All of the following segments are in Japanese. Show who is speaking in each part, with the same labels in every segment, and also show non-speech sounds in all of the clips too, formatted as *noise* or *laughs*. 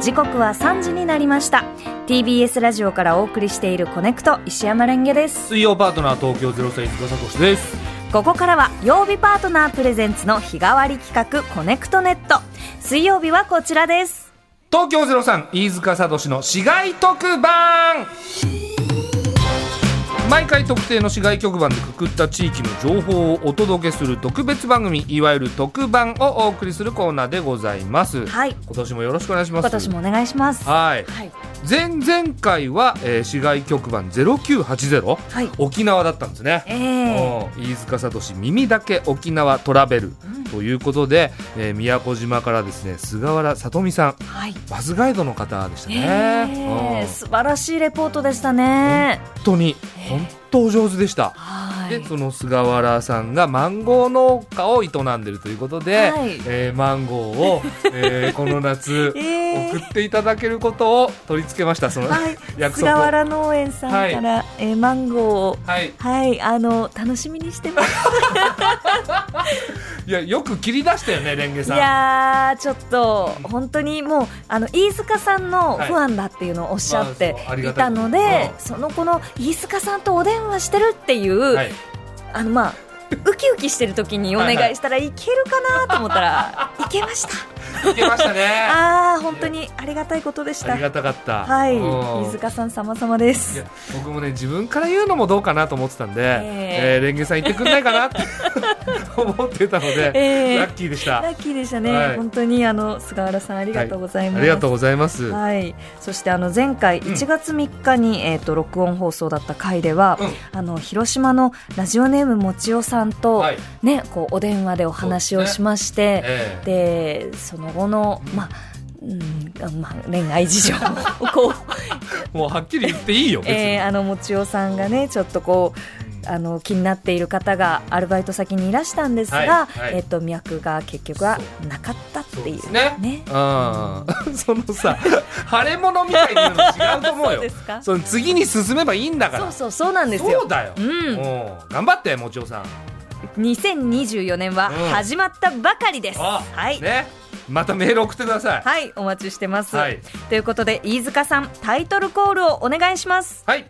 Speaker 1: 時刻は3時になりました TBS ラジオからお送りしているコネクト石山レンゲです
Speaker 2: 水曜パートナー東京ゼロ歳塚聡です。
Speaker 1: ここからは曜日パートナープレゼンツの日替わり企画コネクトネット水曜日はこちらです
Speaker 2: 東京ゼロさん飯塚聡の市街特番。毎回特定の市街局番でくくった地域の情報をお届けする特別番組いわゆる特番をお送りするコーナーでございます。
Speaker 1: はい
Speaker 2: 今年もよろしくお願いします。
Speaker 1: 今年もお願いします
Speaker 2: はい。
Speaker 1: はい
Speaker 2: 前々回は、えー市街局番0980、
Speaker 1: はい
Speaker 2: 沖縄だったんですね。
Speaker 1: ええ
Speaker 2: うん飯塚聡耳だけ沖縄トラベル、ということで、えー宮古島からですね菅原さとみさん
Speaker 1: はい
Speaker 2: バスガイドの方でしたね、
Speaker 1: え
Speaker 2: う
Speaker 1: え
Speaker 2: ん
Speaker 1: 素晴らしいレポートでしたね
Speaker 2: 本当に本当お上手でした、
Speaker 1: は
Speaker 2: でその菅原さんがマンゴー農家を営んでるということで、
Speaker 1: はい
Speaker 2: えーマンゴ
Speaker 1: *laughs*
Speaker 2: ーを、えーこの夏
Speaker 1: ええ
Speaker 2: 送っていただけることを取り付けましたその
Speaker 1: はい、
Speaker 2: 約
Speaker 1: 菅
Speaker 2: 束をは
Speaker 1: 原農園さんから、えーマンゴーを
Speaker 2: い
Speaker 1: はいあの楽しみにしてます
Speaker 2: いやよく切り出したよねレンゲ
Speaker 1: い
Speaker 2: さん
Speaker 1: やーちょっと本当にもうあの飯塚さんの
Speaker 2: はい
Speaker 1: ファンだっていうのをおっしゃって
Speaker 2: まあそうありが
Speaker 1: い
Speaker 2: た
Speaker 1: た
Speaker 2: いこと
Speaker 1: の
Speaker 2: で
Speaker 1: で、
Speaker 2: う
Speaker 1: そのこの飯塚さんとお電話してるっていう、
Speaker 2: はい
Speaker 1: あのまあウキウキしてる時にお願
Speaker 2: はいはい
Speaker 1: いしたらいけるかなと思った
Speaker 2: *laughs*
Speaker 1: らいけました
Speaker 2: いけましたね
Speaker 1: あー本当にありがたいことでし
Speaker 2: あ
Speaker 1: た
Speaker 2: りがたかった。
Speaker 1: はい
Speaker 2: うん
Speaker 1: 飯塚さん様々で
Speaker 2: い
Speaker 1: す
Speaker 2: や僕もね自分から言うのもどうかなと思ってたんで、
Speaker 1: え
Speaker 2: えーレンゲさん言ってくんない
Speaker 1: *laughs*
Speaker 2: かなって思ってたので、
Speaker 1: ええ
Speaker 2: ラッキーでした。
Speaker 1: ラッキーでしたね、
Speaker 2: はい
Speaker 1: 本当にあの菅原さんありがとうございます、
Speaker 2: ありがとうございます。
Speaker 1: はい、そしてあの前回
Speaker 2: うん
Speaker 1: 1月3日に、えっ、と録音放送だった回では、あの広島のラジオネームもちおさんと、
Speaker 2: はい
Speaker 1: ねこうお電話でお話をしまして、
Speaker 2: ええ
Speaker 1: でその後の
Speaker 2: うん
Speaker 1: まあうんまあ、恋愛事情
Speaker 2: *laughs*
Speaker 1: をこう、
Speaker 2: もうはっきり言っていいよ別に。
Speaker 1: えーあのもちおさんがねちょっとこうあの気になっている方がアルバイト先にいらしたんですが、
Speaker 2: はいはい
Speaker 1: えっと脈が結局はなかったって
Speaker 2: そう
Speaker 1: い
Speaker 2: で
Speaker 1: う
Speaker 2: すね
Speaker 1: ね
Speaker 2: うん *laughs* そのさ腫れ物みたいに言うの違うと思う
Speaker 1: *laughs* そう
Speaker 2: よ
Speaker 1: ですか
Speaker 2: その次に進めばいいんだから
Speaker 1: そうそうそうなんですよ
Speaker 2: そうだよ、
Speaker 1: うん
Speaker 2: もう頑張ってもちおさん
Speaker 1: 2024年は
Speaker 2: うん
Speaker 1: 始まったばかりです、
Speaker 2: あ
Speaker 1: はい、
Speaker 2: ねまたメール送ってください
Speaker 1: はいお待ちしてます、
Speaker 2: はい
Speaker 1: ということで飯塚さんタイトルコールをお願いします
Speaker 2: はい。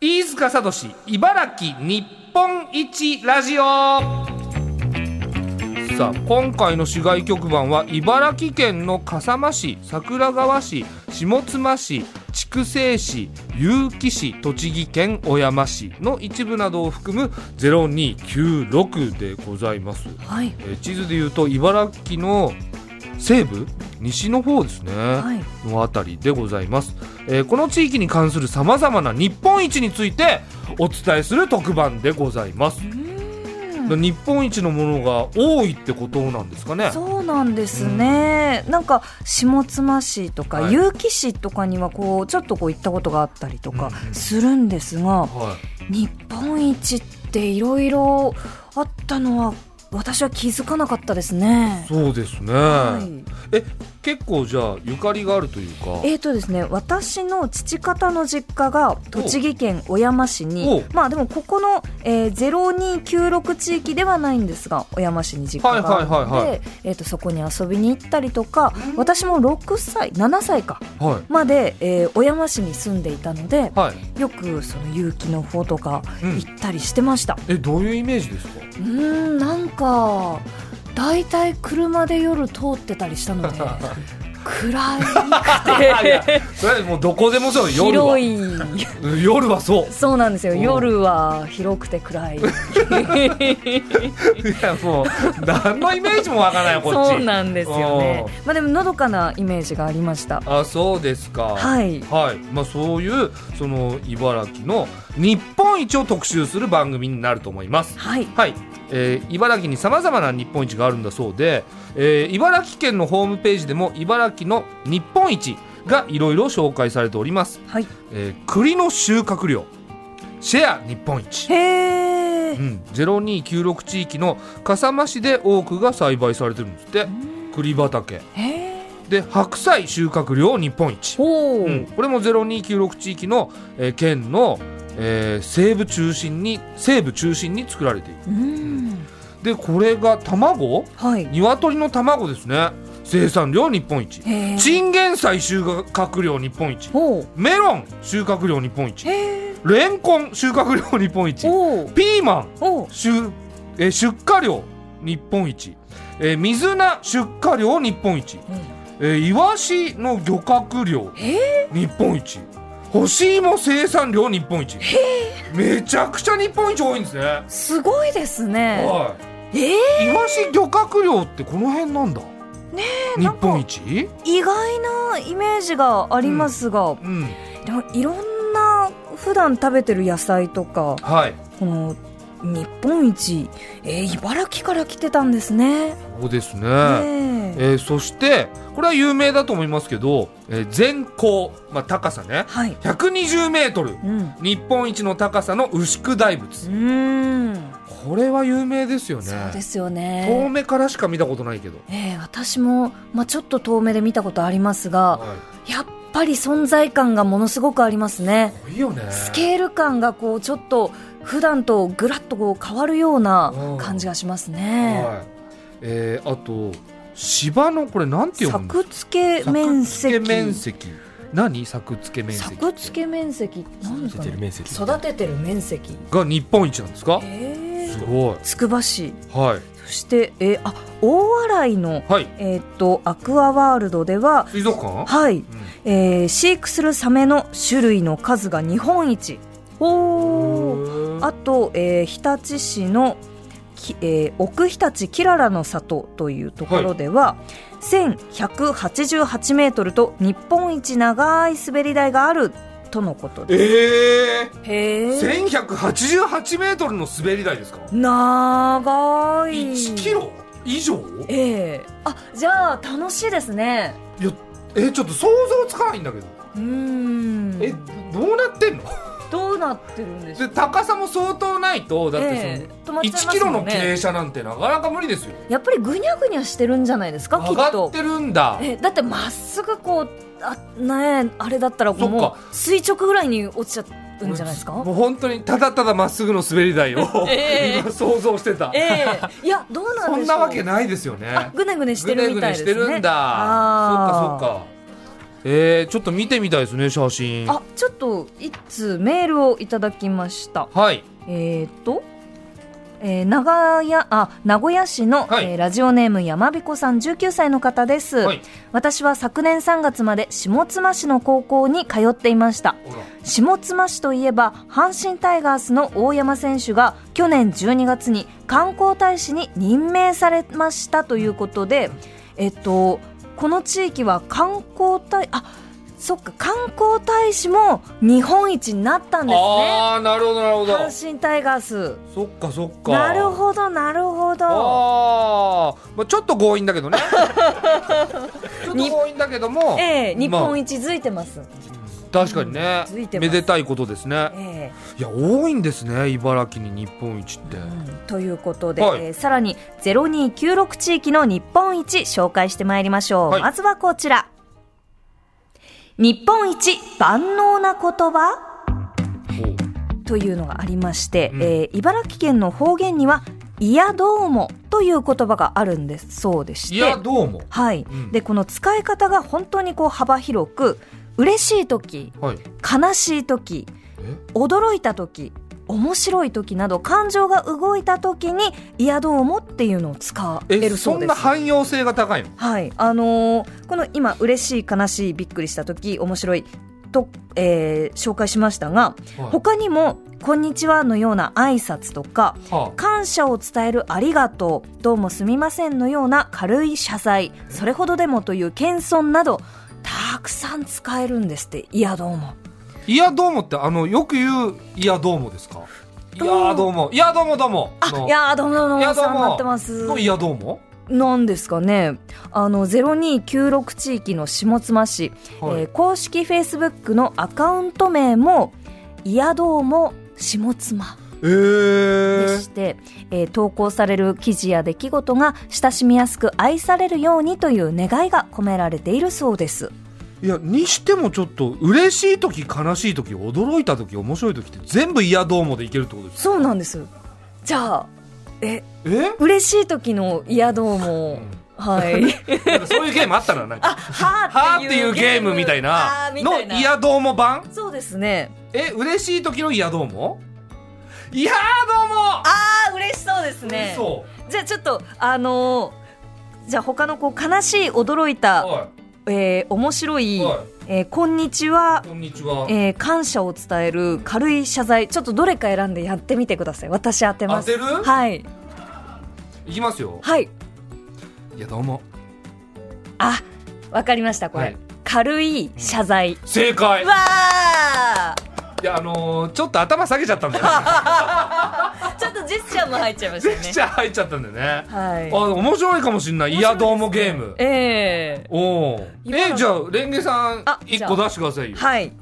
Speaker 2: 飯塚聡茨城日本一ラジオ。さあ今回の市街局番は茨城県の笠間市桜川市下妻市筑西市結城市栃木県小山市の一部などを含む0296でございます、
Speaker 1: はい
Speaker 2: えー地図でいうと茨城の西部西の方ですね、
Speaker 1: はい
Speaker 2: のあたりでございます、えーこの地域に関するさまざまな日本一についてお伝えする特番でございます日本一のものが多いってことなんですかね
Speaker 1: そうなんですね、なんか下妻市とか
Speaker 2: はい
Speaker 1: 結城市とかにはこうちょっとこう行ったことがあったりとか
Speaker 2: うんうん
Speaker 1: するんですが、
Speaker 2: は
Speaker 1: 日本一っていろいろあったのは私は気づかなかったですね
Speaker 2: い、。そうですね、
Speaker 1: はい
Speaker 2: え結構じゃあゆかりがあるというか
Speaker 1: えーとですね、私の父方の実家が栃木県小山市
Speaker 2: おう
Speaker 1: にまあでもここの、えー、0296地域ではないんですが小山市に実家があって、
Speaker 2: はいはいはいは
Speaker 1: えー、とそこに遊びに行ったりとか
Speaker 2: うん
Speaker 1: 私も6歳7歳か
Speaker 2: は
Speaker 1: まで、えー小山市に住んでいたので
Speaker 2: いはい、
Speaker 1: よくその有機の方とか
Speaker 2: うん
Speaker 1: 行ったりしてました。
Speaker 2: えどういうイメージですか
Speaker 1: うーんなんかだいたい車で夜通ってたりした
Speaker 2: *laughs*
Speaker 1: ので暗
Speaker 2: いや
Speaker 1: くて。
Speaker 2: それはもうどこでもそう夜は
Speaker 1: *laughs* 広い
Speaker 2: うん夜はそう
Speaker 1: そうなんですよ
Speaker 2: うん
Speaker 1: 夜は広くて
Speaker 2: *laughs*
Speaker 1: 暗い
Speaker 2: いやもう何のイメージもわからないよこっち
Speaker 1: そうなんですよね
Speaker 2: おー
Speaker 1: まあでものどかなイメージがありました
Speaker 2: あそうですか
Speaker 1: はい
Speaker 2: はいまあ、そういうその茨城の日本一を特集する番組になると思います。
Speaker 1: はい
Speaker 2: はいえー茨城にさまざまな日本一があるんだそうで、えー茨城県のホームページでも茨城の日本一がいろいろ紹介されております、
Speaker 1: はい
Speaker 2: えー栗の収穫量シェア日本一、
Speaker 1: へえ
Speaker 2: うん、0296地域の笠間市で多くが栽培されてるんですって栗畑
Speaker 1: へえ
Speaker 2: で白菜収穫量日本一
Speaker 1: ほう、
Speaker 2: うん、これも0296地域の、えー県の、えー西部中心に西部中心に作られている
Speaker 1: うん
Speaker 2: でこれが卵
Speaker 1: はい
Speaker 2: 鶏の卵ですね生産量日本一
Speaker 1: へー
Speaker 2: チンゲン菜収穫量日本一
Speaker 1: おう
Speaker 2: メロン収穫量日本一
Speaker 1: へえ
Speaker 2: レンコン収穫量日本一
Speaker 1: おう
Speaker 2: ピーマン
Speaker 1: おう
Speaker 2: 出えー出荷量日本一、えー水菜出荷量日本一、えーイワシの漁獲量
Speaker 1: え
Speaker 2: 日本一干し芋生産量日本一めちゃくちゃ日本一多いんですね、
Speaker 1: すごいですね
Speaker 2: は
Speaker 1: え
Speaker 2: い、イワシ漁獲量ってこの辺なんだ日
Speaker 1: なんか
Speaker 2: 本一
Speaker 1: 意外なイメージがありますが、
Speaker 2: うん
Speaker 1: でもいろんな普段食べてる野菜とか
Speaker 2: はい
Speaker 1: この日本一、えー、茨城から来てたんですね。
Speaker 2: そうですね、
Speaker 1: ねえ
Speaker 2: えーそしてこれは有名だと思いますけど、えー全高、まあ、高さね
Speaker 1: はい。
Speaker 2: 120メートル
Speaker 1: うん。う
Speaker 2: 日本一の高さの牛久大仏、
Speaker 1: ーん。
Speaker 2: これは有名ですよね
Speaker 1: そうですよ
Speaker 2: 遠
Speaker 1: ね。
Speaker 2: 目からしか見たことないけど、
Speaker 1: えー、私も、まあ、ちょっと遠目で見たことありますが、
Speaker 2: は
Speaker 1: やっぱり存在感がものすごくありますね
Speaker 2: い、。すごいよね
Speaker 1: スケール感がこうちょっと普段とぐらっとこう変わるよう
Speaker 2: う
Speaker 1: なん感じがしますね。
Speaker 2: はいえーあと芝のこれなんて読むんです
Speaker 1: 作付け面積。
Speaker 2: 作付け面積何作付け面積
Speaker 1: 作付け面積なんですかね
Speaker 3: 面積
Speaker 1: 育ててる面積
Speaker 2: が日本一なんですか
Speaker 1: え
Speaker 2: す
Speaker 1: ー
Speaker 2: ごい
Speaker 1: つくば市
Speaker 2: はい
Speaker 1: そして、えーあ大洗の、
Speaker 2: はい
Speaker 1: えーっとアクアワールドでは
Speaker 2: 水族館、
Speaker 1: はい、
Speaker 2: うん
Speaker 1: えー飼育するサメの種類の数が日本一おー
Speaker 2: あ
Speaker 1: あと、えー日立市のき、えー奥日立きららの里というところでは、1188メートルと日本一長い滑り台があるとのことです
Speaker 2: え
Speaker 1: へ
Speaker 2: ー、
Speaker 1: ー
Speaker 2: 1188メートルの滑り台ですか、
Speaker 1: 長い
Speaker 2: 1キロ以上
Speaker 1: ええあじゃあ楽しいですね
Speaker 2: いやえーちょっと想像つかないんだけど
Speaker 1: うーん
Speaker 2: えどうなってんの
Speaker 1: どうなってるんでしょ
Speaker 2: で
Speaker 1: う
Speaker 2: 高さも相当ないとだってそ
Speaker 1: ええ止ま
Speaker 2: の、
Speaker 1: っちゃいます
Speaker 2: 1キロの
Speaker 1: もん
Speaker 2: 傾
Speaker 1: ね
Speaker 2: 斜なんてなかなか無理ですよ
Speaker 1: やっぱりぐにゃぐにゃしてるんじゃないですかき
Speaker 2: 上
Speaker 1: っ
Speaker 2: がっ
Speaker 1: と
Speaker 2: てるんだ
Speaker 1: えだってまっすぐこうあねえあれだったらこう
Speaker 2: そっ
Speaker 1: も
Speaker 2: か
Speaker 1: う垂直ぐらいに落ちちゃうんじゃないですか
Speaker 2: もう本当にただただまっすぐの滑り台を
Speaker 1: ええ
Speaker 2: 今想像してた、
Speaker 1: ええいやどうなんでしょう
Speaker 2: そんなわけ
Speaker 1: な
Speaker 2: ないですよね
Speaker 1: あぐねぐねし
Speaker 2: ぐ
Speaker 1: て
Speaker 2: ね
Speaker 1: る
Speaker 2: ぐ
Speaker 1: みたいで
Speaker 2: ねし
Speaker 1: すね
Speaker 2: てるんだそ
Speaker 1: あ
Speaker 2: っか
Speaker 1: ー
Speaker 2: そっかえー、ちょっと見てみたいですね写真
Speaker 1: あちょっと一通メールをいただきました
Speaker 2: はい
Speaker 1: えー、と、えー長屋あ名古屋市の、
Speaker 2: はい
Speaker 1: えーラジオネームやまびこさん19歳の方です、
Speaker 2: はい
Speaker 1: 私は昨年3月まで下妻市の高校に通っていました
Speaker 2: ほら
Speaker 1: 下妻市といえば阪神タイガースの大山選手が去年12月に観光大使に任命されましたということで、えっと、この地域は観光大あそっか観光大使も日本一になったんですね
Speaker 2: ああなるほどなるほど
Speaker 1: 阪神タイガース
Speaker 2: そっかそっか
Speaker 1: なるほどなるほど
Speaker 2: あー、まあ、ちょっと強引だ
Speaker 1: *laughs*
Speaker 2: けどねちょっと強引だけども、
Speaker 1: ええ日本
Speaker 2: ま
Speaker 1: 一づいてます、
Speaker 2: あ確かにね
Speaker 1: ついてます
Speaker 2: めでたいことですね
Speaker 1: え
Speaker 2: いや多いんですね茨城に日本一って、
Speaker 1: えうんということで、
Speaker 2: はい
Speaker 1: えーさらに0296地域の日本一紹介してまいりましょう、
Speaker 2: はい
Speaker 1: まずはこちら日本一万能な言葉というのがありまして、
Speaker 2: うん
Speaker 1: えー茨城県の方言には「いやどうも」という言葉があるんですそうでし
Speaker 2: い
Speaker 1: て
Speaker 2: やどうも
Speaker 1: はい、
Speaker 2: うん
Speaker 1: でこの使い方が本当にこう幅広く嬉しい時
Speaker 2: はい
Speaker 1: 悲しい時
Speaker 2: え
Speaker 1: 驚いた時面白い時など感情が動いた時に「いやどうも」っていうのを使え
Speaker 2: え
Speaker 1: る
Speaker 2: そ
Speaker 1: そうんで
Speaker 2: な
Speaker 1: す。
Speaker 2: 汎用性が高いの
Speaker 1: はい、あのーこの今嬉しい悲しいびっくりした時面白いと、えー紹介しましたが
Speaker 2: はい
Speaker 1: 他にも「こんにちは」のような挨拶とか
Speaker 2: は
Speaker 1: 感謝を伝える「ありがとう」「どうもすみません」のような軽い謝罪「それほどでも」という謙遜などたくさん使えるんですって「いやどうも」
Speaker 2: あいやどうもってあのよく言ういやどうもですかい
Speaker 1: どうも
Speaker 2: やどうもいやどうもどうも
Speaker 1: あ、
Speaker 2: の
Speaker 1: いやーどうもどうも
Speaker 2: いやどう
Speaker 1: お世話
Speaker 2: も
Speaker 1: になってます。
Speaker 2: のいやどうも
Speaker 1: なんですかね。あの0296地域の下妻市、
Speaker 2: はい
Speaker 1: えー公式フェイスブックのアカウント名もいやどうも下妻
Speaker 2: え
Speaker 1: で
Speaker 2: ー
Speaker 1: して、えー投稿される記事や出来事が親しみやすく愛されるようにという願いが込められているそうです。
Speaker 2: いやにしてもちょっと嬉しい時悲しい時驚いた時面白い時って全部「いやどうも」でいけるってことです
Speaker 1: そうなんです。じゃあえ
Speaker 2: え *laughs*
Speaker 1: 嬉しい時のいやどうもはい。
Speaker 2: なんかそういうゲームあったななん
Speaker 1: *laughs* あ、
Speaker 2: か
Speaker 1: は
Speaker 2: は
Speaker 1: ー
Speaker 2: ーっていうゲームみたいな
Speaker 1: あーみ
Speaker 2: の
Speaker 1: たいな
Speaker 2: イヤどうも版
Speaker 1: そうですね。
Speaker 2: え嬉しい時のイヤどうもいやーどうも
Speaker 1: あー、嬉しそうですね。
Speaker 2: そ
Speaker 1: じゃあちょっと、あのーじゃあ他のこう悲しい、驚いうた、
Speaker 2: は
Speaker 1: えー、面白い、
Speaker 2: はい、
Speaker 1: えーこんにちはい
Speaker 2: こんにちは
Speaker 1: えー感謝を伝える軽い謝罪、ちょっとどれか選んでやってみてください。私当てま
Speaker 2: 当
Speaker 1: す。
Speaker 2: てる
Speaker 1: はい。
Speaker 2: いきますよ
Speaker 1: はい。
Speaker 2: いやどうも
Speaker 1: あ、わかりました、これ。
Speaker 2: はい
Speaker 1: 軽い謝罪。
Speaker 2: 正解
Speaker 1: うわー
Speaker 2: いやあのー、ちょっと頭下げちゃった
Speaker 1: *laughs*
Speaker 2: んだよね
Speaker 1: ちょっとジェスチャーも入っちゃいま
Speaker 2: ジ
Speaker 1: し
Speaker 2: ェスチ
Speaker 1: た
Speaker 2: ャー入っちゃったんだよね
Speaker 1: ね。
Speaker 2: あ
Speaker 1: はい。
Speaker 2: 面白いかもしんないイヤどうもゲーム
Speaker 1: ええ
Speaker 2: おお
Speaker 1: 今
Speaker 2: え
Speaker 1: の
Speaker 2: じゃあレンゲさん
Speaker 1: あ
Speaker 2: 一
Speaker 1: じゃ
Speaker 2: 個
Speaker 1: あ
Speaker 2: 出してくださいよ
Speaker 1: はい。いや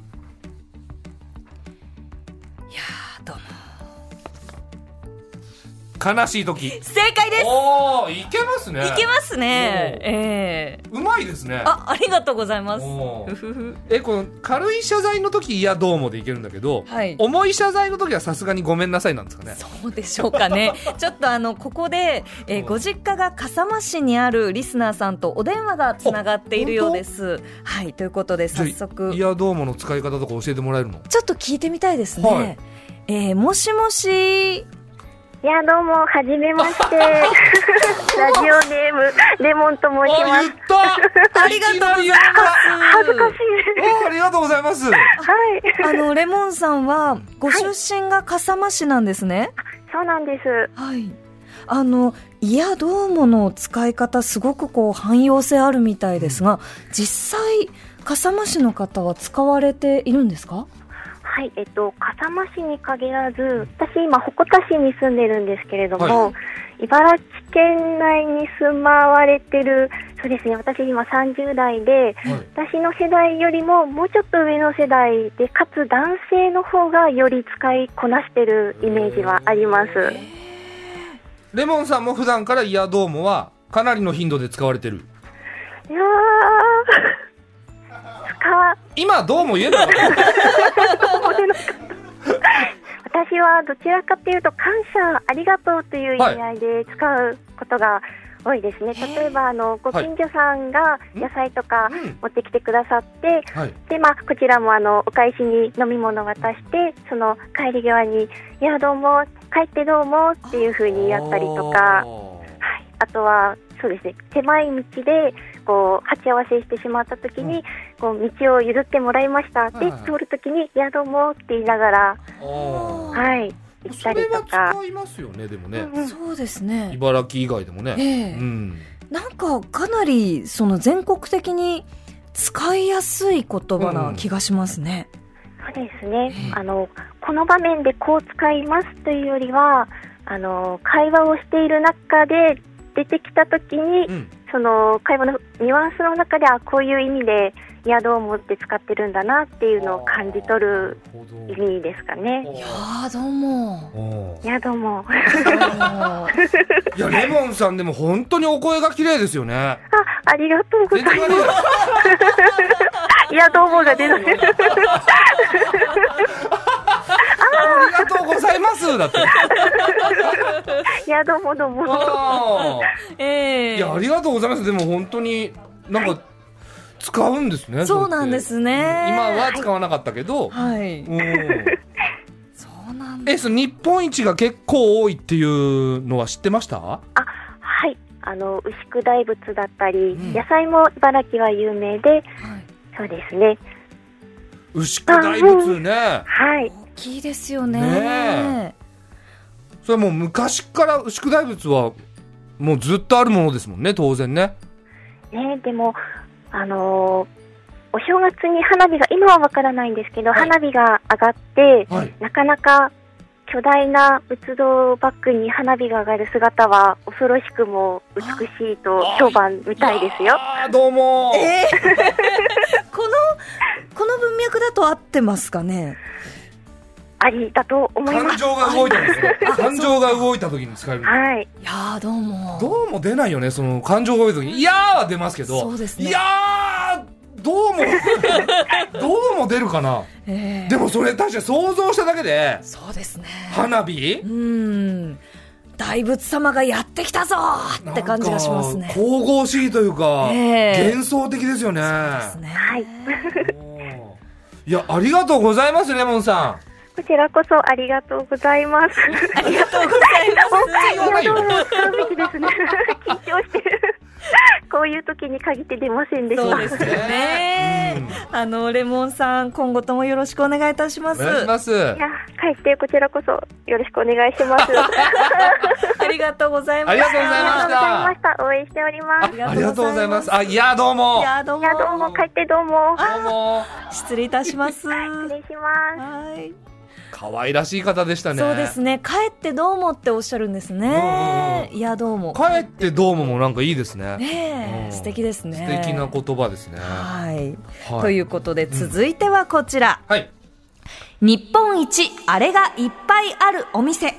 Speaker 1: ーどうも。
Speaker 2: 悲しい時
Speaker 1: 正解です。
Speaker 2: おおいけますね
Speaker 1: いけますね。
Speaker 2: おー
Speaker 1: ええ
Speaker 2: うまいですね
Speaker 1: あ、ありがとうございます。
Speaker 2: おー
Speaker 1: ふふふ
Speaker 2: えこの軽い謝罪の時「いやどうも」でいけるんだけど、
Speaker 1: はい
Speaker 2: 重い謝罪の時はさすがに「ごめんなさい」なんですかね
Speaker 1: そうでしょうかね。ちょっとあのここで、えー
Speaker 2: お
Speaker 1: ご実家が笠間市にあるリスナーさんとお電話がつながっているようです。はいということで早速
Speaker 2: いやどうもの使い方とか教えてもらえるの
Speaker 1: ちょっと聞いてみたいですね。
Speaker 2: はい
Speaker 1: えーもしもし
Speaker 3: いや、どうも、はじめま
Speaker 2: *laughs*
Speaker 3: して。ラジオネーム、レモンと申
Speaker 2: あ
Speaker 3: しま
Speaker 2: 言
Speaker 3: す
Speaker 2: った
Speaker 1: ありがとうございま
Speaker 2: きなりやった
Speaker 3: 恥ずかしい
Speaker 2: おーありがとうございます
Speaker 3: はい。
Speaker 1: あのレモンさんはご出身が笠間市なんですね。
Speaker 3: そうなんです。
Speaker 1: はい。あのいやどうもの使い方すごくこう汎用性あるみたいですが、実際笠間市の方は使われているんですか？
Speaker 3: はい、えっと、笠間市に限らず、私今、鉾田市に住んでるんですけれども、茨城県内に住まわれてる、そうですね、私今30代で、
Speaker 2: はい
Speaker 3: 私の世代よりももうちょっと上の世代で、かつ男性の方がより使いこなしてるイメージはあります。
Speaker 2: レモンさんも普段から「いやどうも」はかなりの頻度で使われてる
Speaker 3: いやー、使わ、
Speaker 2: 今「どうも」言えばよかった
Speaker 3: 私はどちらかというと感謝、ありがとうという意味合いで使うことが多いですね。例えば、あの、ご近所さんが野菜とか
Speaker 2: うん
Speaker 3: 持ってきてくださって、
Speaker 2: はい
Speaker 3: で、まあ、こちらもあの、お返しに飲み物渡して、その帰り際に、いや、どうも、帰ってどうもっていう風にやったりとか、はい、あとはそうですね狭い道でこう鉢合わせしてしまった時に、
Speaker 2: う
Speaker 3: こう道を譲ってもらいました、
Speaker 2: はいはい
Speaker 3: で通る時に「いやどうも」って言いながら、
Speaker 2: あー
Speaker 3: はい、行っ
Speaker 2: そ
Speaker 3: たり
Speaker 2: れ
Speaker 3: と
Speaker 2: は
Speaker 3: か。
Speaker 2: 使いますよねでもね
Speaker 3: うんうん
Speaker 1: そうですね。
Speaker 2: 茨城以外でもね
Speaker 1: え
Speaker 2: う
Speaker 1: え
Speaker 2: ん
Speaker 1: なんかかなりその全国的に使いやすい言葉な気がしますね。
Speaker 3: そうですねあのこの場面でこう使いますというよりはあの会話をしている中で出てきた時に、
Speaker 2: うん
Speaker 3: その会話のニュアンスの中であこういう意味で「いやどうも」って使ってるんだなっていうのを感じ取る
Speaker 2: なほど
Speaker 3: 意味ですかね。
Speaker 1: いやーどうも。
Speaker 2: お
Speaker 3: い
Speaker 2: ー
Speaker 3: やどうも。
Speaker 1: あの
Speaker 2: いやレモンさんでも本当にお声が綺麗ですよね
Speaker 3: あ、ありがとうございます。
Speaker 2: 全然
Speaker 3: いや、どうもが出ない。
Speaker 2: ありがとうござ
Speaker 1: *laughs*
Speaker 2: いますだって。
Speaker 3: いや、どうもどうも。
Speaker 2: あ
Speaker 1: え
Speaker 2: ー
Speaker 1: *laughs* え
Speaker 2: いやありがとうございます。でも本当になんか使うんですね。
Speaker 1: そうなんで
Speaker 2: ね。
Speaker 1: す
Speaker 2: 今
Speaker 1: ね。
Speaker 2: は使わなかったけど。
Speaker 1: はい。
Speaker 2: うん
Speaker 1: そうなんだ。
Speaker 2: え、その日本一が結構多いっていうのは知ってました？
Speaker 3: はい。あの、牛久大仏だったり、
Speaker 2: うん
Speaker 3: 野菜も茨城は有名で、
Speaker 1: はい
Speaker 3: そうですね。
Speaker 2: 牛久大仏ね。
Speaker 3: はい。
Speaker 1: 大きいですよね。
Speaker 2: ねそれもう昔から牛久大仏はもうずっとあるものですもんね。当然ね。
Speaker 3: ね、でも、あのーお正月に花火が、今はわからないんですけど、
Speaker 2: はい
Speaker 3: 花火が上がって、
Speaker 2: はい。
Speaker 3: なかなか巨大な仏像をバックに花火が上がる姿は恐ろしくも美しいと評判みたいですよ。
Speaker 2: あーどうも。
Speaker 1: え *laughs* ーこのこの文脈だと合ってますかね。
Speaker 3: ありだと思いま
Speaker 2: 感
Speaker 3: す。
Speaker 2: 情が動いたんですね。感情が動いた時に使える。
Speaker 3: はい。
Speaker 1: いやーどうも。
Speaker 2: どうも出ないよね、その感情が多い時に。いやーは出ますけど。
Speaker 1: そうですね
Speaker 2: いやー、どうも、 *laughs* どうも出るかな。
Speaker 1: ええ
Speaker 2: でもそれ確かに想像しただけで、
Speaker 1: そうですね。
Speaker 2: 花火
Speaker 1: うん。大仏様がやってきたぞって感じがします
Speaker 2: な
Speaker 1: ね
Speaker 2: んか。神々しいというか、
Speaker 1: ええ
Speaker 2: 幻想的ですよね。
Speaker 1: ですね
Speaker 3: はい
Speaker 2: おーいや、ありがとうございます、レモンさ
Speaker 3: こちらこそありがとうございます。
Speaker 1: ありがとうございます。
Speaker 2: ん。言わないよ
Speaker 3: 使うべきですね。緊張してる。こういう時に限って出ませんでし
Speaker 1: そう
Speaker 3: た。
Speaker 1: ですよね。あのレモンさん、今後ともよろしくお願いいたしま
Speaker 2: お
Speaker 1: す。
Speaker 2: 願いします。
Speaker 3: いや、帰ってこちらこそよろしくお願いします。
Speaker 1: ありがとうございま
Speaker 2: あ
Speaker 1: し
Speaker 2: り
Speaker 1: た。
Speaker 2: がとうございま
Speaker 3: あ
Speaker 2: し
Speaker 3: りがとうござい
Speaker 2: た
Speaker 3: ま。した。応援しておりま
Speaker 2: あ
Speaker 3: す。
Speaker 2: ありがとうございます。あ、いや、どうも。
Speaker 1: いやどう
Speaker 3: い
Speaker 1: も
Speaker 3: や、どうも、帰ってどうも。
Speaker 2: どうも。
Speaker 1: 失礼いたします。
Speaker 3: 失
Speaker 1: は
Speaker 3: 礼します。
Speaker 1: い。
Speaker 2: 可愛らしい方でしたね。
Speaker 1: そうですね。帰ってどうもっておっしゃるんです
Speaker 2: うんうん
Speaker 1: ね。
Speaker 2: うん
Speaker 1: いやどうも。
Speaker 2: 帰ってどうももなんかいいです
Speaker 1: ね
Speaker 2: ね。うん
Speaker 1: え、素敵ですね。
Speaker 2: 素敵な言葉ですね。は
Speaker 1: はい。
Speaker 2: い。
Speaker 1: ということで続いてはこちら。
Speaker 2: はい。
Speaker 1: 日本一あれがいっぱいあるお店。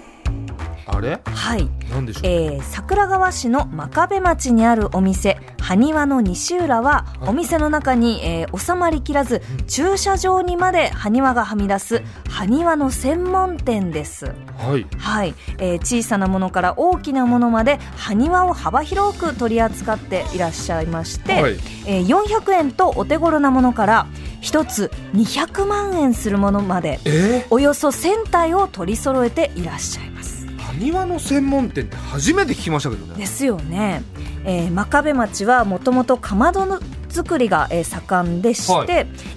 Speaker 2: あれ
Speaker 1: はい。
Speaker 2: なんでしょう、
Speaker 1: えー桜川市の真壁町にあるお店埴輪の西浦は、
Speaker 2: はい
Speaker 1: お店の中に、えー収まりきらず
Speaker 2: うん
Speaker 1: 駐車場にまで埴輪がはみ出す埴輪の専門店です、
Speaker 2: はい。
Speaker 1: はいえー小さなものから大きなものまで埴輪を幅広く取り扱っていらっしゃいまして、
Speaker 2: はい。
Speaker 1: えー400円とお手頃なものから1つ200万円するものまで
Speaker 2: え
Speaker 1: およそ1000体を取り揃えていらっしゃいます。
Speaker 2: ー、埴輪の専門店って初めて聞きましたけどね。
Speaker 1: ですよね、えー真壁町はもともとかまどの作りが、えー盛んでして、
Speaker 2: はい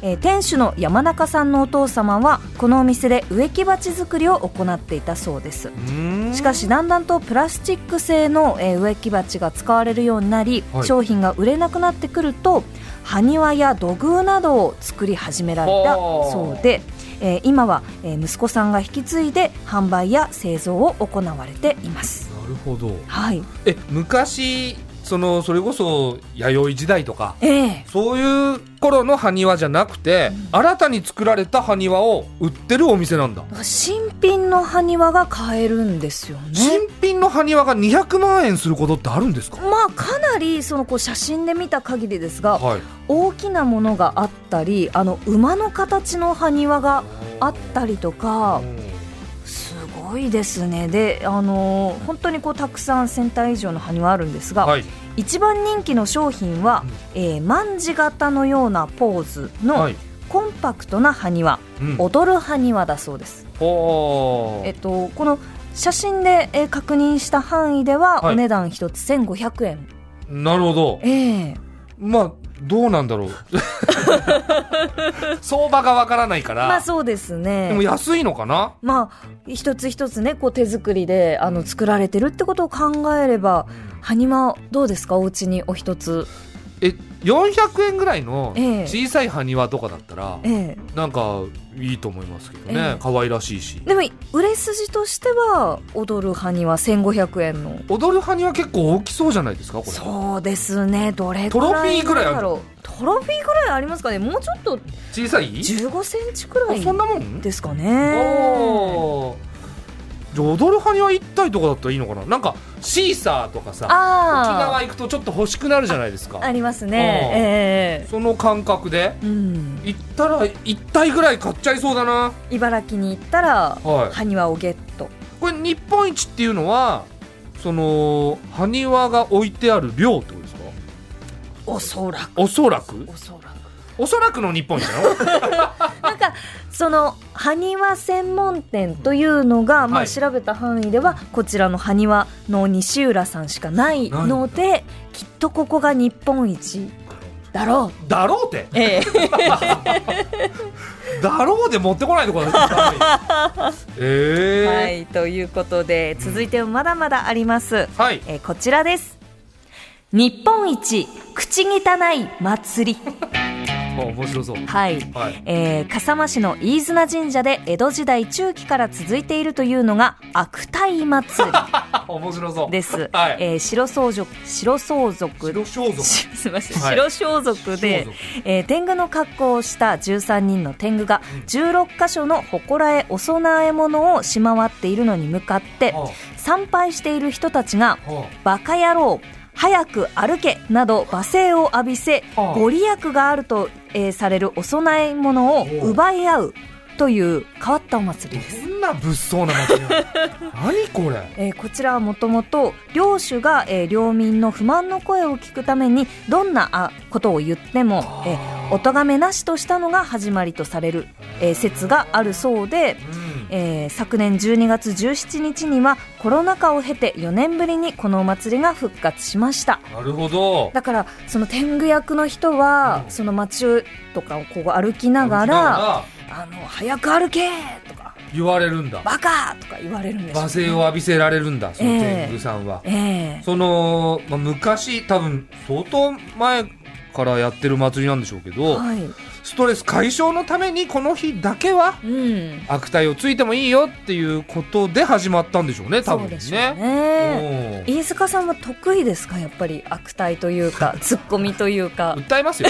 Speaker 1: えー店主の山中さんのお父様はこのお店で植木鉢作りを行っていたそうです
Speaker 2: うーん
Speaker 1: しかしだんだんとプラスチック製の、えー植木鉢が使われるようになり、
Speaker 2: はい
Speaker 1: 商品が売れなくなってくると埴輪や土偶などを作り始められた
Speaker 2: ほう
Speaker 1: そうで、えー今は、えー息子さんが引き継いで販売や製造を行われています。
Speaker 2: なるほど。
Speaker 1: はい、
Speaker 2: え、昔、その、それこそ、弥生時代とか、
Speaker 1: えー
Speaker 2: そういう頃の埴輪じゃなくて、新たに作られた埴輪を売ってるお店なんだ。
Speaker 1: 新品の埴輪が買えるんですよね。
Speaker 2: 新品の埴輪が200万円することってあるんですか
Speaker 1: まあかなりそのこう写真で見た限りですが
Speaker 2: はい。
Speaker 1: 大きなものがあったりあの馬の形の埴輪があったりとかすごいですねであのー本当にこうたくさん1000体以上の埴輪あるんですが、
Speaker 2: はい。
Speaker 1: 一番人気の商品は、えー万字型のようなポーズ
Speaker 2: は
Speaker 1: の
Speaker 2: い。
Speaker 1: コンパクトな埴輪、
Speaker 2: うん。
Speaker 1: 踊る埴輪だそうです。
Speaker 2: お
Speaker 1: えっと、この写真で、えー確認した範囲では、
Speaker 2: はい
Speaker 1: お値段一つ1500円。
Speaker 2: なるほど。
Speaker 1: ええ
Speaker 2: まあ、どうなん
Speaker 1: *laughs*
Speaker 2: だろう。相場がわからないから。
Speaker 1: まあそうです
Speaker 2: でも
Speaker 1: ね。
Speaker 2: 安いのかな
Speaker 1: まあ、一つ一つね、こう手作りで、あの、作られてるってことを考えれば、埴輪、どうですかお家にお一つ。
Speaker 2: え、400円ぐらいの
Speaker 1: ええ
Speaker 2: 小さい埴輪とかだったら、
Speaker 1: ええ
Speaker 2: なんかいいと思いますけど
Speaker 1: え
Speaker 2: ね
Speaker 1: え。
Speaker 2: 可愛らしいし。
Speaker 1: でも、売れ筋としては、踊る埴輪1500円の。
Speaker 2: 踊る埴輪結構大きそうじゃないですかこれ。
Speaker 1: そうですね。どれく
Speaker 2: トロフ
Speaker 1: ら
Speaker 2: ィ
Speaker 1: い
Speaker 2: ーぐらいある
Speaker 1: だろう。トロフィーぐらいありますかねもうちょっと
Speaker 2: 小さい
Speaker 1: 15センチくら
Speaker 2: あそん
Speaker 1: い
Speaker 2: なもん
Speaker 1: ですかね。
Speaker 2: おーじゃあ踊る埴輪一体とかだったらいいのかななんかシーサーとかさ沖
Speaker 1: ああ。
Speaker 2: 縄行くとちょっと欲しくなるじゃないですか
Speaker 1: ありますね。え
Speaker 2: その感覚で
Speaker 1: えうん。
Speaker 2: 行ったら一体ぐらい買っちゃいそうだな
Speaker 1: 茨城に行ったら、
Speaker 2: はい
Speaker 1: 埴輪をゲット。
Speaker 2: これ日本一っていうのはその埴輪が置いてある量ってことですか
Speaker 1: おそらく。
Speaker 2: おそらく
Speaker 1: おそらく。
Speaker 2: おそらくの日本一なの *laughs*
Speaker 1: なんか、その、埴輪専門店というのが、ま
Speaker 2: は
Speaker 1: あ、
Speaker 2: い
Speaker 1: 調べた範囲では、こちらの埴輪の西浦さんしかないので、きっとここが日本一だろう。
Speaker 2: だろうって
Speaker 1: ええ。
Speaker 2: だろうで持ってこないとこ *laughs* だ
Speaker 1: *laughs* は
Speaker 2: え
Speaker 1: い、ということで、続いてもまだまだあります。
Speaker 2: ー、はい
Speaker 1: えーこちらです。日本一、口汚い祭り。
Speaker 2: あ面白そう
Speaker 1: はい。
Speaker 2: はい
Speaker 1: えー笠間市の飯綱神社で江戸時代中期から続いているというのが悪態祭り
Speaker 2: あ *laughs* 面白そう
Speaker 1: です、
Speaker 2: *laughs* はい
Speaker 1: えー白相族白相続
Speaker 2: 白装束
Speaker 1: しすいません
Speaker 2: はい
Speaker 1: 白装束で、えー天狗の格好をした13人の天狗が16箇所の祠へお供え物をしまわっているのに向かって
Speaker 2: は
Speaker 1: 参拝している人たちが
Speaker 2: あは
Speaker 1: 「バカ野郎早く歩け!」など罵声を浴びせ
Speaker 2: ああ
Speaker 1: ご利益があると、えーされるお供え物を奪い合うという変わったお祭りです
Speaker 2: どんな物騒な祭りなの *laughs* 何これ
Speaker 1: えーこちらはもともと領主が、えー領民の不満の声を聞くためにどんなあことを言っても、えー、お咎めなしとしたのが始まりとされる、えー説があるそうで、
Speaker 2: うん
Speaker 1: えー昨年12月17日にはコロナ禍を経て4年ぶりにこのお祭りが復活しました。
Speaker 2: なるほど
Speaker 1: だからその天狗役の人は、
Speaker 2: うん
Speaker 1: その街とかをこう歩きながら「あの早く歩け!」とか
Speaker 2: 言われる
Speaker 1: 「
Speaker 2: んだ
Speaker 1: バカ!」とか言われるんですよ
Speaker 2: 罵声を浴びせられるんだその
Speaker 1: ええ
Speaker 2: 天狗さんは、
Speaker 1: ええ
Speaker 2: その、まあ、昔多分相当前からやってる祭りなんでしょうけど、
Speaker 1: はい
Speaker 2: ストレス解消のためにこの日だけは
Speaker 1: うん
Speaker 2: 悪態をついてもいいよっていうことで始まったんでしょうね多
Speaker 1: そう
Speaker 2: 分ね
Speaker 1: でしょうね
Speaker 2: うん
Speaker 1: 飯塚さんは得意ですかやっぱり悪態という
Speaker 2: *laughs*
Speaker 1: かツッコミというか
Speaker 2: 訴えますよ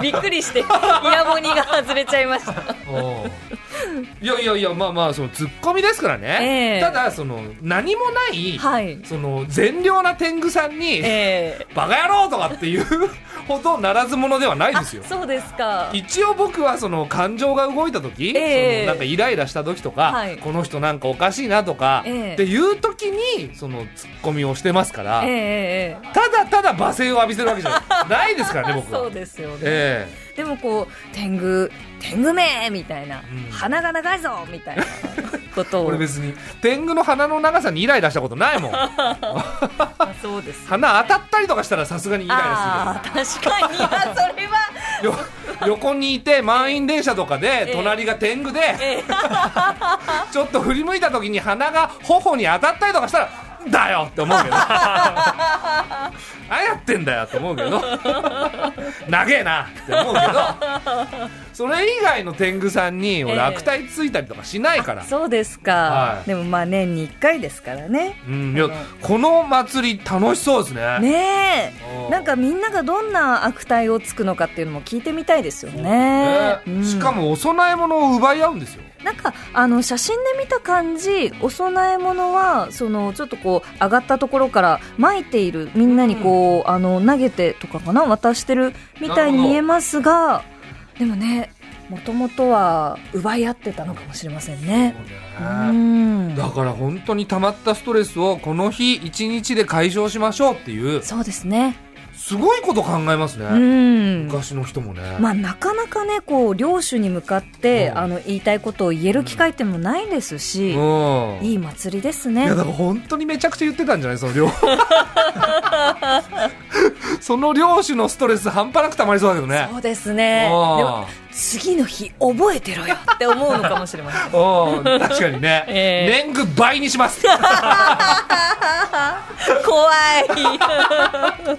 Speaker 1: びっくりしてイヤモニが外れちゃいました
Speaker 2: うんいやいやいやまあまあそのツッコミですからね、
Speaker 1: ええ
Speaker 2: ただその何もない、
Speaker 1: はい
Speaker 2: その善良な天狗さんに、
Speaker 1: ええ
Speaker 2: バカ野郎とか
Speaker 1: *laughs*
Speaker 2: っていうほどならず者ではない
Speaker 1: あ
Speaker 2: ですよ
Speaker 1: そうですか
Speaker 2: 一応僕はその感情が動いた時、
Speaker 1: ええ
Speaker 2: そのなんかイライラした時とか、
Speaker 1: はい
Speaker 2: この人なんかおかしいなとか、
Speaker 1: ええ
Speaker 2: っていう時にそのツッコミをしてますから、
Speaker 1: ええええ
Speaker 2: ただただ罵声を浴びせるわけじゃ
Speaker 1: *laughs*
Speaker 2: ないないですからね僕は
Speaker 1: そうですよね、
Speaker 2: え
Speaker 1: でもこう天狗天狗めみたいな、
Speaker 2: ん
Speaker 1: 鼻が長いぞみ
Speaker 2: *laughs*
Speaker 1: たいなこと
Speaker 2: え
Speaker 1: を
Speaker 2: 俺別に天狗の鼻の長さにイライラしたことないもん
Speaker 1: あそうですよ
Speaker 2: 鼻当たったりとかしたらさすがにイライラ
Speaker 1: ああー確かにいやそれ
Speaker 2: *laughs*
Speaker 1: は
Speaker 2: するけどよ横にいて満員電車とかで
Speaker 1: ええ
Speaker 2: 隣が天狗で、
Speaker 1: ええ
Speaker 2: *laughs* ちょっと振り向いた時に鼻が頬に当たったりとかしたらだよって思うけどああやってんだよって思うけど長えなって思うけどそれ以外の天狗さんに
Speaker 1: ええ
Speaker 2: 俺悪態ついたりとかしないから、
Speaker 1: そうですか、
Speaker 2: はい
Speaker 1: でもまあ年に1回ですからね
Speaker 2: うんいやこの祭り楽しそうですね
Speaker 1: ね
Speaker 2: う
Speaker 1: えなんかみんながどんな悪態をつくのかっていうのも聞いてみたいですよね
Speaker 2: ね、
Speaker 1: うん
Speaker 2: しかもお供え物を奪い合うんですよ
Speaker 1: なんかあの写真で見た感じお供え物はそのちょっとこう上がったところから撒いているみんなにこう、あの投げてとかかな渡してるみたいに見えますがでもねもともとは奪い合ってたのかもしれませんね。うん
Speaker 2: だから本当に溜まったストレスをこの日一日で解消しましょうっていう
Speaker 1: そうですね。
Speaker 2: すごいこと考えますね、
Speaker 1: うん。
Speaker 2: 昔の人もね、
Speaker 1: まあなかなかねこう領主に向かって、
Speaker 2: うん
Speaker 1: あの言いたいことを言える機会ってもないですし、
Speaker 2: うん
Speaker 1: いい祭りです
Speaker 2: い
Speaker 1: ね
Speaker 2: や。だから本当にめちゃくちゃ言ってたんじゃないそ
Speaker 1: *laughs*
Speaker 2: の領その領主のストレス半端なく溜まりそうだけどね
Speaker 1: そうですね。でも次の日覚えてろよって思うのかもしれま
Speaker 2: *laughs*
Speaker 1: せん
Speaker 2: うんうん確かにね、
Speaker 1: *laughs* ええ
Speaker 2: 年貢倍にします *laughs*
Speaker 1: 怖い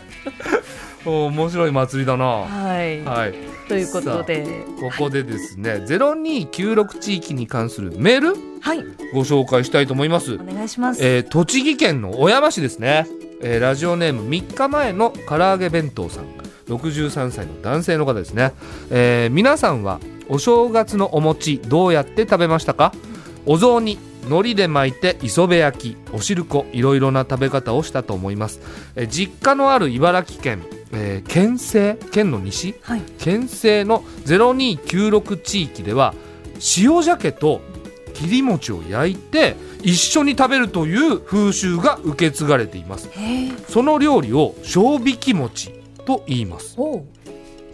Speaker 2: お面白い祭りだな
Speaker 1: はい、
Speaker 2: はい
Speaker 1: ということで
Speaker 2: ここでですね、0296地域に関するメール
Speaker 1: はい
Speaker 2: ご紹介したいと思います
Speaker 1: お願いします、
Speaker 2: えー栃木県の小山市ですね、えーラジオネーム3日前の唐揚げ弁当さん63歳の男性の方ですね、えー皆さんはお正月のお餅どうやって食べましたかお雑煮海苔で巻いて磯辺焼きお汁粉いろいろな食べ方をしたと思います、えー実家のある茨城県、えー県西県の西
Speaker 1: はい
Speaker 2: 県西の0296地域では塩鮭と切り餅を焼いて一緒に食べるという風習が受け継がれています
Speaker 1: へえ
Speaker 2: その料理を塩引き餅と言います
Speaker 1: おう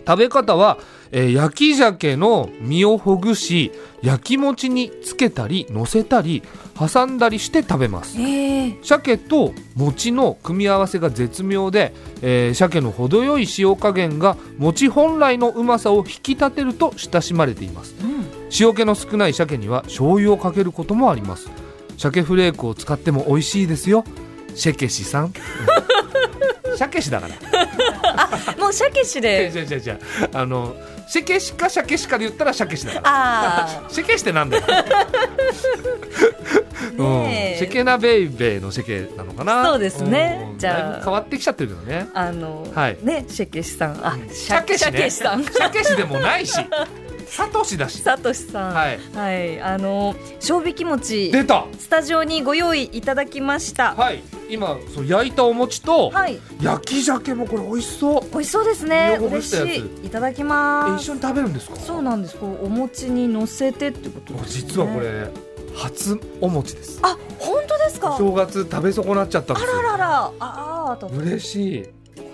Speaker 2: 食べ方は、えー焼き鮭の身をほぐし焼き餅につけたり乗せたり挟んだりして食べます
Speaker 1: へえ
Speaker 2: 鮭と餅の組み合わせが絶妙で、えー鮭の程よい塩加減が餅本来のうまさを引き立てると親しまれています
Speaker 1: うん
Speaker 2: 塩気の少ない鮭には醤油をかけることもあります鮭フレークを使っても美味しいですよシェケシ
Speaker 1: *laughs*
Speaker 2: さん鮭シだから
Speaker 1: もうシャケシ
Speaker 2: 違う
Speaker 1: で
Speaker 2: 違う違う違うあのシェケシかシャケシかで言ったらシャケシだから
Speaker 1: あ
Speaker 2: シェケシってなんだよ、
Speaker 1: あ
Speaker 2: うん、
Speaker 1: ね
Speaker 2: シェ
Speaker 1: え、
Speaker 2: ケナベイベーのシェケなのかな
Speaker 1: そうですね
Speaker 2: ん
Speaker 1: じゃあ
Speaker 2: だいぶ変わってきちゃってるけどね
Speaker 1: あの、
Speaker 2: はい
Speaker 1: ねシャケシさんあ
Speaker 2: シャケシね *laughs*
Speaker 1: シャケシさん
Speaker 2: シャケシでもないしサトシだし。
Speaker 1: さとしさん、は
Speaker 2: はい。
Speaker 1: い、あの賞味気持ち
Speaker 2: 出た。
Speaker 1: スタジオにご用意いただきました。は
Speaker 2: はい。今そう焼いたお餅と
Speaker 1: い、
Speaker 2: 焼き鮭もこれ美味しそう。
Speaker 1: 美味しそうですね。
Speaker 2: 身を
Speaker 1: 嬉
Speaker 2: ほぐし
Speaker 1: した
Speaker 2: やつ
Speaker 1: い。いただき
Speaker 2: え
Speaker 1: ま
Speaker 2: 一
Speaker 1: す。
Speaker 2: 緒に食べるんですか。
Speaker 1: そうなんです。こうお餅に乗せてってことです、ね。
Speaker 2: 実はこ。れ初お餅です。
Speaker 1: あ、本当ですか。
Speaker 2: 正月食べ損なっちゃったん
Speaker 1: あ
Speaker 2: です
Speaker 1: ら
Speaker 2: よ。
Speaker 1: らら。ああー、と今
Speaker 2: 嬉しい。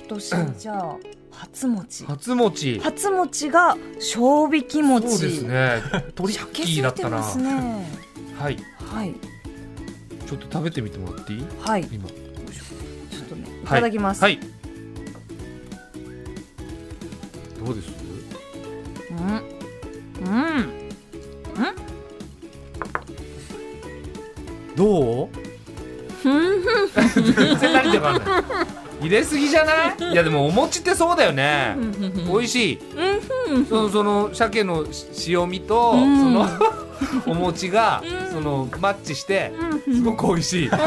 Speaker 1: 年 *clears throat* じゃあ初餅。
Speaker 2: 初餅。
Speaker 1: 初餅が賞味気
Speaker 2: そ
Speaker 1: 持
Speaker 2: う
Speaker 1: ち。
Speaker 2: ですね。トリッ
Speaker 1: 鮭
Speaker 2: キ
Speaker 1: つ
Speaker 2: ーだ
Speaker 1: い
Speaker 2: ってたな。
Speaker 1: ますね。
Speaker 2: はい。
Speaker 1: はい
Speaker 2: ちょっと食べてみてもらっていい？
Speaker 1: はい。ち
Speaker 2: 今。
Speaker 1: ょっとね、いただきます。
Speaker 2: はい。どうです？
Speaker 1: うん。うん。
Speaker 2: どう？全然何てわかんない。入れすぎじゃない？いやでもお餅ってそうだよね。美味しい。そのその鮭の塩味と、
Speaker 1: うん
Speaker 2: その *laughs* お餅が、
Speaker 1: うん
Speaker 2: そのマッチして
Speaker 1: うん
Speaker 2: すごく美味しい。 *laughs*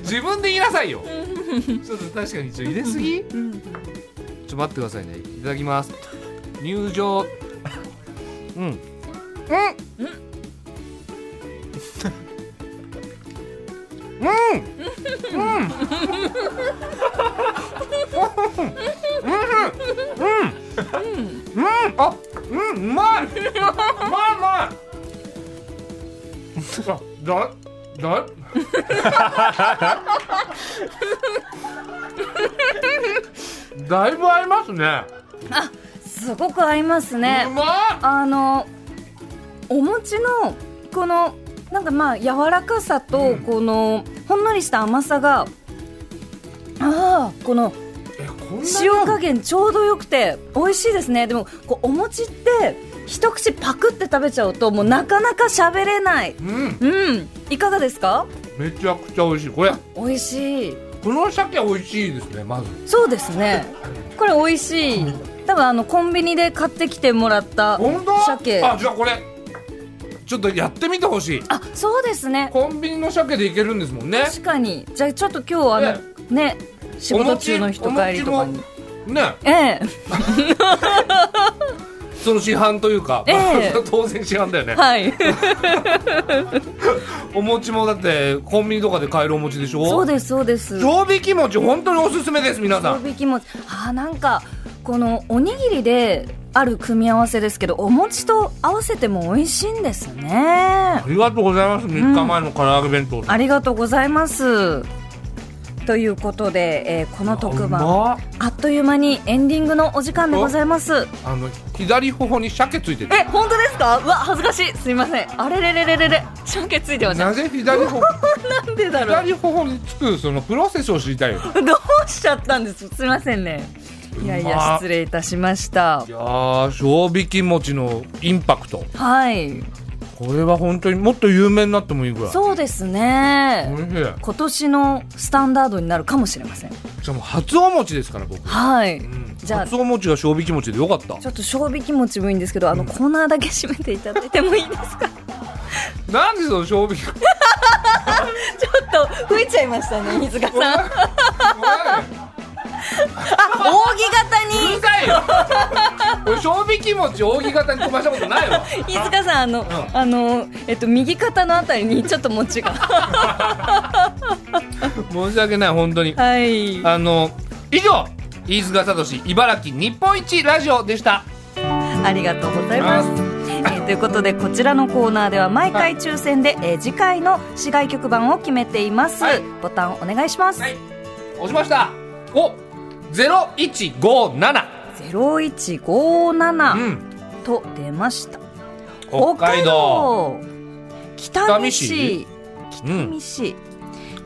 Speaker 2: 自分で言いなさいよ。ちょっと確かにちょっと入れすぎ？ちょ
Speaker 1: うん。
Speaker 2: っと待ってくださいね。いただきます。入場。うん。うん、あ、う
Speaker 1: *laughs*
Speaker 2: ん、うまい。うまいうまい。だ、
Speaker 1: *laughs*
Speaker 2: だ、だ。だいぶ合いますね。
Speaker 1: すごく合います
Speaker 2: う
Speaker 1: ね。
Speaker 2: まい。
Speaker 1: あのお餅のこのなんかまあ柔らかさ
Speaker 2: う
Speaker 1: と
Speaker 2: ん
Speaker 1: このほんのりした甘さが、ああこの
Speaker 2: え、こんなに
Speaker 1: 塩加減ちょうどよくて美味しいですね。でもこうお餅って一口パクって食べちゃうともうなかなか喋れない。
Speaker 2: うん、
Speaker 1: うん、いかがですか？
Speaker 2: めちゃくちゃ美味しい。これ、
Speaker 1: 美味しい。
Speaker 2: この鮭美味しいですね。まず。
Speaker 1: そうですね。これ美味しい。多分あのコンビニで買ってきてもらった
Speaker 2: 本当。
Speaker 1: 鮭。
Speaker 2: あ、じゃ、あこれ。ちょっとやってみてほしい。
Speaker 1: あ、そうですね。
Speaker 2: コンビニの鮭でいけるんですもんね。
Speaker 1: 確かにじゃあちょっと今日あのね仕事中の人帰りとか
Speaker 2: お餅
Speaker 1: に
Speaker 2: ね。
Speaker 1: ええ
Speaker 2: その市販というか、
Speaker 1: ええ
Speaker 2: 当然市販だよね。
Speaker 1: はい
Speaker 2: お餅もだってコンビニとかで *laughs* 買えるお餅でしょ
Speaker 1: そうですそうです常
Speaker 2: 常備気持ち本当におすすめです皆さん
Speaker 1: 備気持ちあーなんかこのおにぎりである組み合わせですけどお餅と合わせても美味しいんですね
Speaker 2: ありがとうございます3日前の唐揚げ弁当、
Speaker 1: ありがとうございますということで、えーこの特
Speaker 2: う
Speaker 1: 番
Speaker 2: まっ
Speaker 1: あっという間にエンディングのお時間でございます
Speaker 2: あの左頬に鮭ついてる
Speaker 1: え本当ですかうわ恥ずかしいすいませんあれれれれれれちゃんけついてません
Speaker 2: なぜ左頬
Speaker 1: なんでだろう
Speaker 2: 左頬につくそのプロセスを知りたいよ
Speaker 1: *laughs* どうしちゃったんですすいませんねいやいうや
Speaker 2: まっ
Speaker 1: 失礼いたしました
Speaker 2: いやー常備気持ちのインパクト
Speaker 1: はい
Speaker 2: これは本当にもっと有名になってもいいぐらい
Speaker 1: そうです
Speaker 2: おい
Speaker 1: ね
Speaker 2: しい
Speaker 1: 今年のスタンダードになるかもしれません
Speaker 2: しかも初お餅ですから僕、
Speaker 1: はい
Speaker 2: うん、
Speaker 1: じゃあ
Speaker 2: 初お餅が常備気持ちでよかった
Speaker 1: ちょっと賞味気持ちもいいんですけどあのコーナーだけ閉めていただいてもいいですか
Speaker 2: なんでその常備気持ち
Speaker 1: ちょっと吹いちゃいました
Speaker 2: *laughs*
Speaker 1: ね水塚さんあ扇
Speaker 2: うるさいよ俺正味気持ち扇形に飛ばしたことないわ
Speaker 1: 形に飯塚さんあの、
Speaker 2: ん
Speaker 1: あのえっと右肩のあたりにちょっと餅が
Speaker 2: 申し訳ない本当に
Speaker 1: はい
Speaker 2: あの以上飯塚聡茨城日本一ラジオでした
Speaker 1: ありがとうございます。えーということでこちらのコーナーでは毎回抽選で、えー次回の市外局番を決めています、
Speaker 2: はい
Speaker 1: ボタンお願いします、
Speaker 2: はい押しましたお0157
Speaker 1: 0157、
Speaker 2: うん
Speaker 1: と出ました
Speaker 2: 北海道
Speaker 1: 北見市
Speaker 2: う
Speaker 1: 北
Speaker 2: ん
Speaker 1: 見市、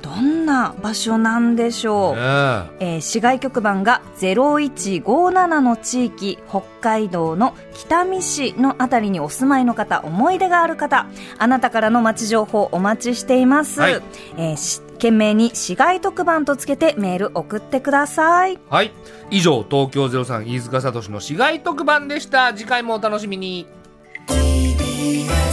Speaker 1: どんな場所なんでしょう、え
Speaker 2: ね
Speaker 1: ー市外局番が0157の地域北海道の北見市のあたりにお住まいの方思い出がある方あなたからの街情報お待ちしています、
Speaker 2: はい
Speaker 1: えーし懸命に市外特番とつけてメール送ってください
Speaker 2: えはい以上東京03飯塚聡の市街特番でした次回もお楽しみに
Speaker 4: TBS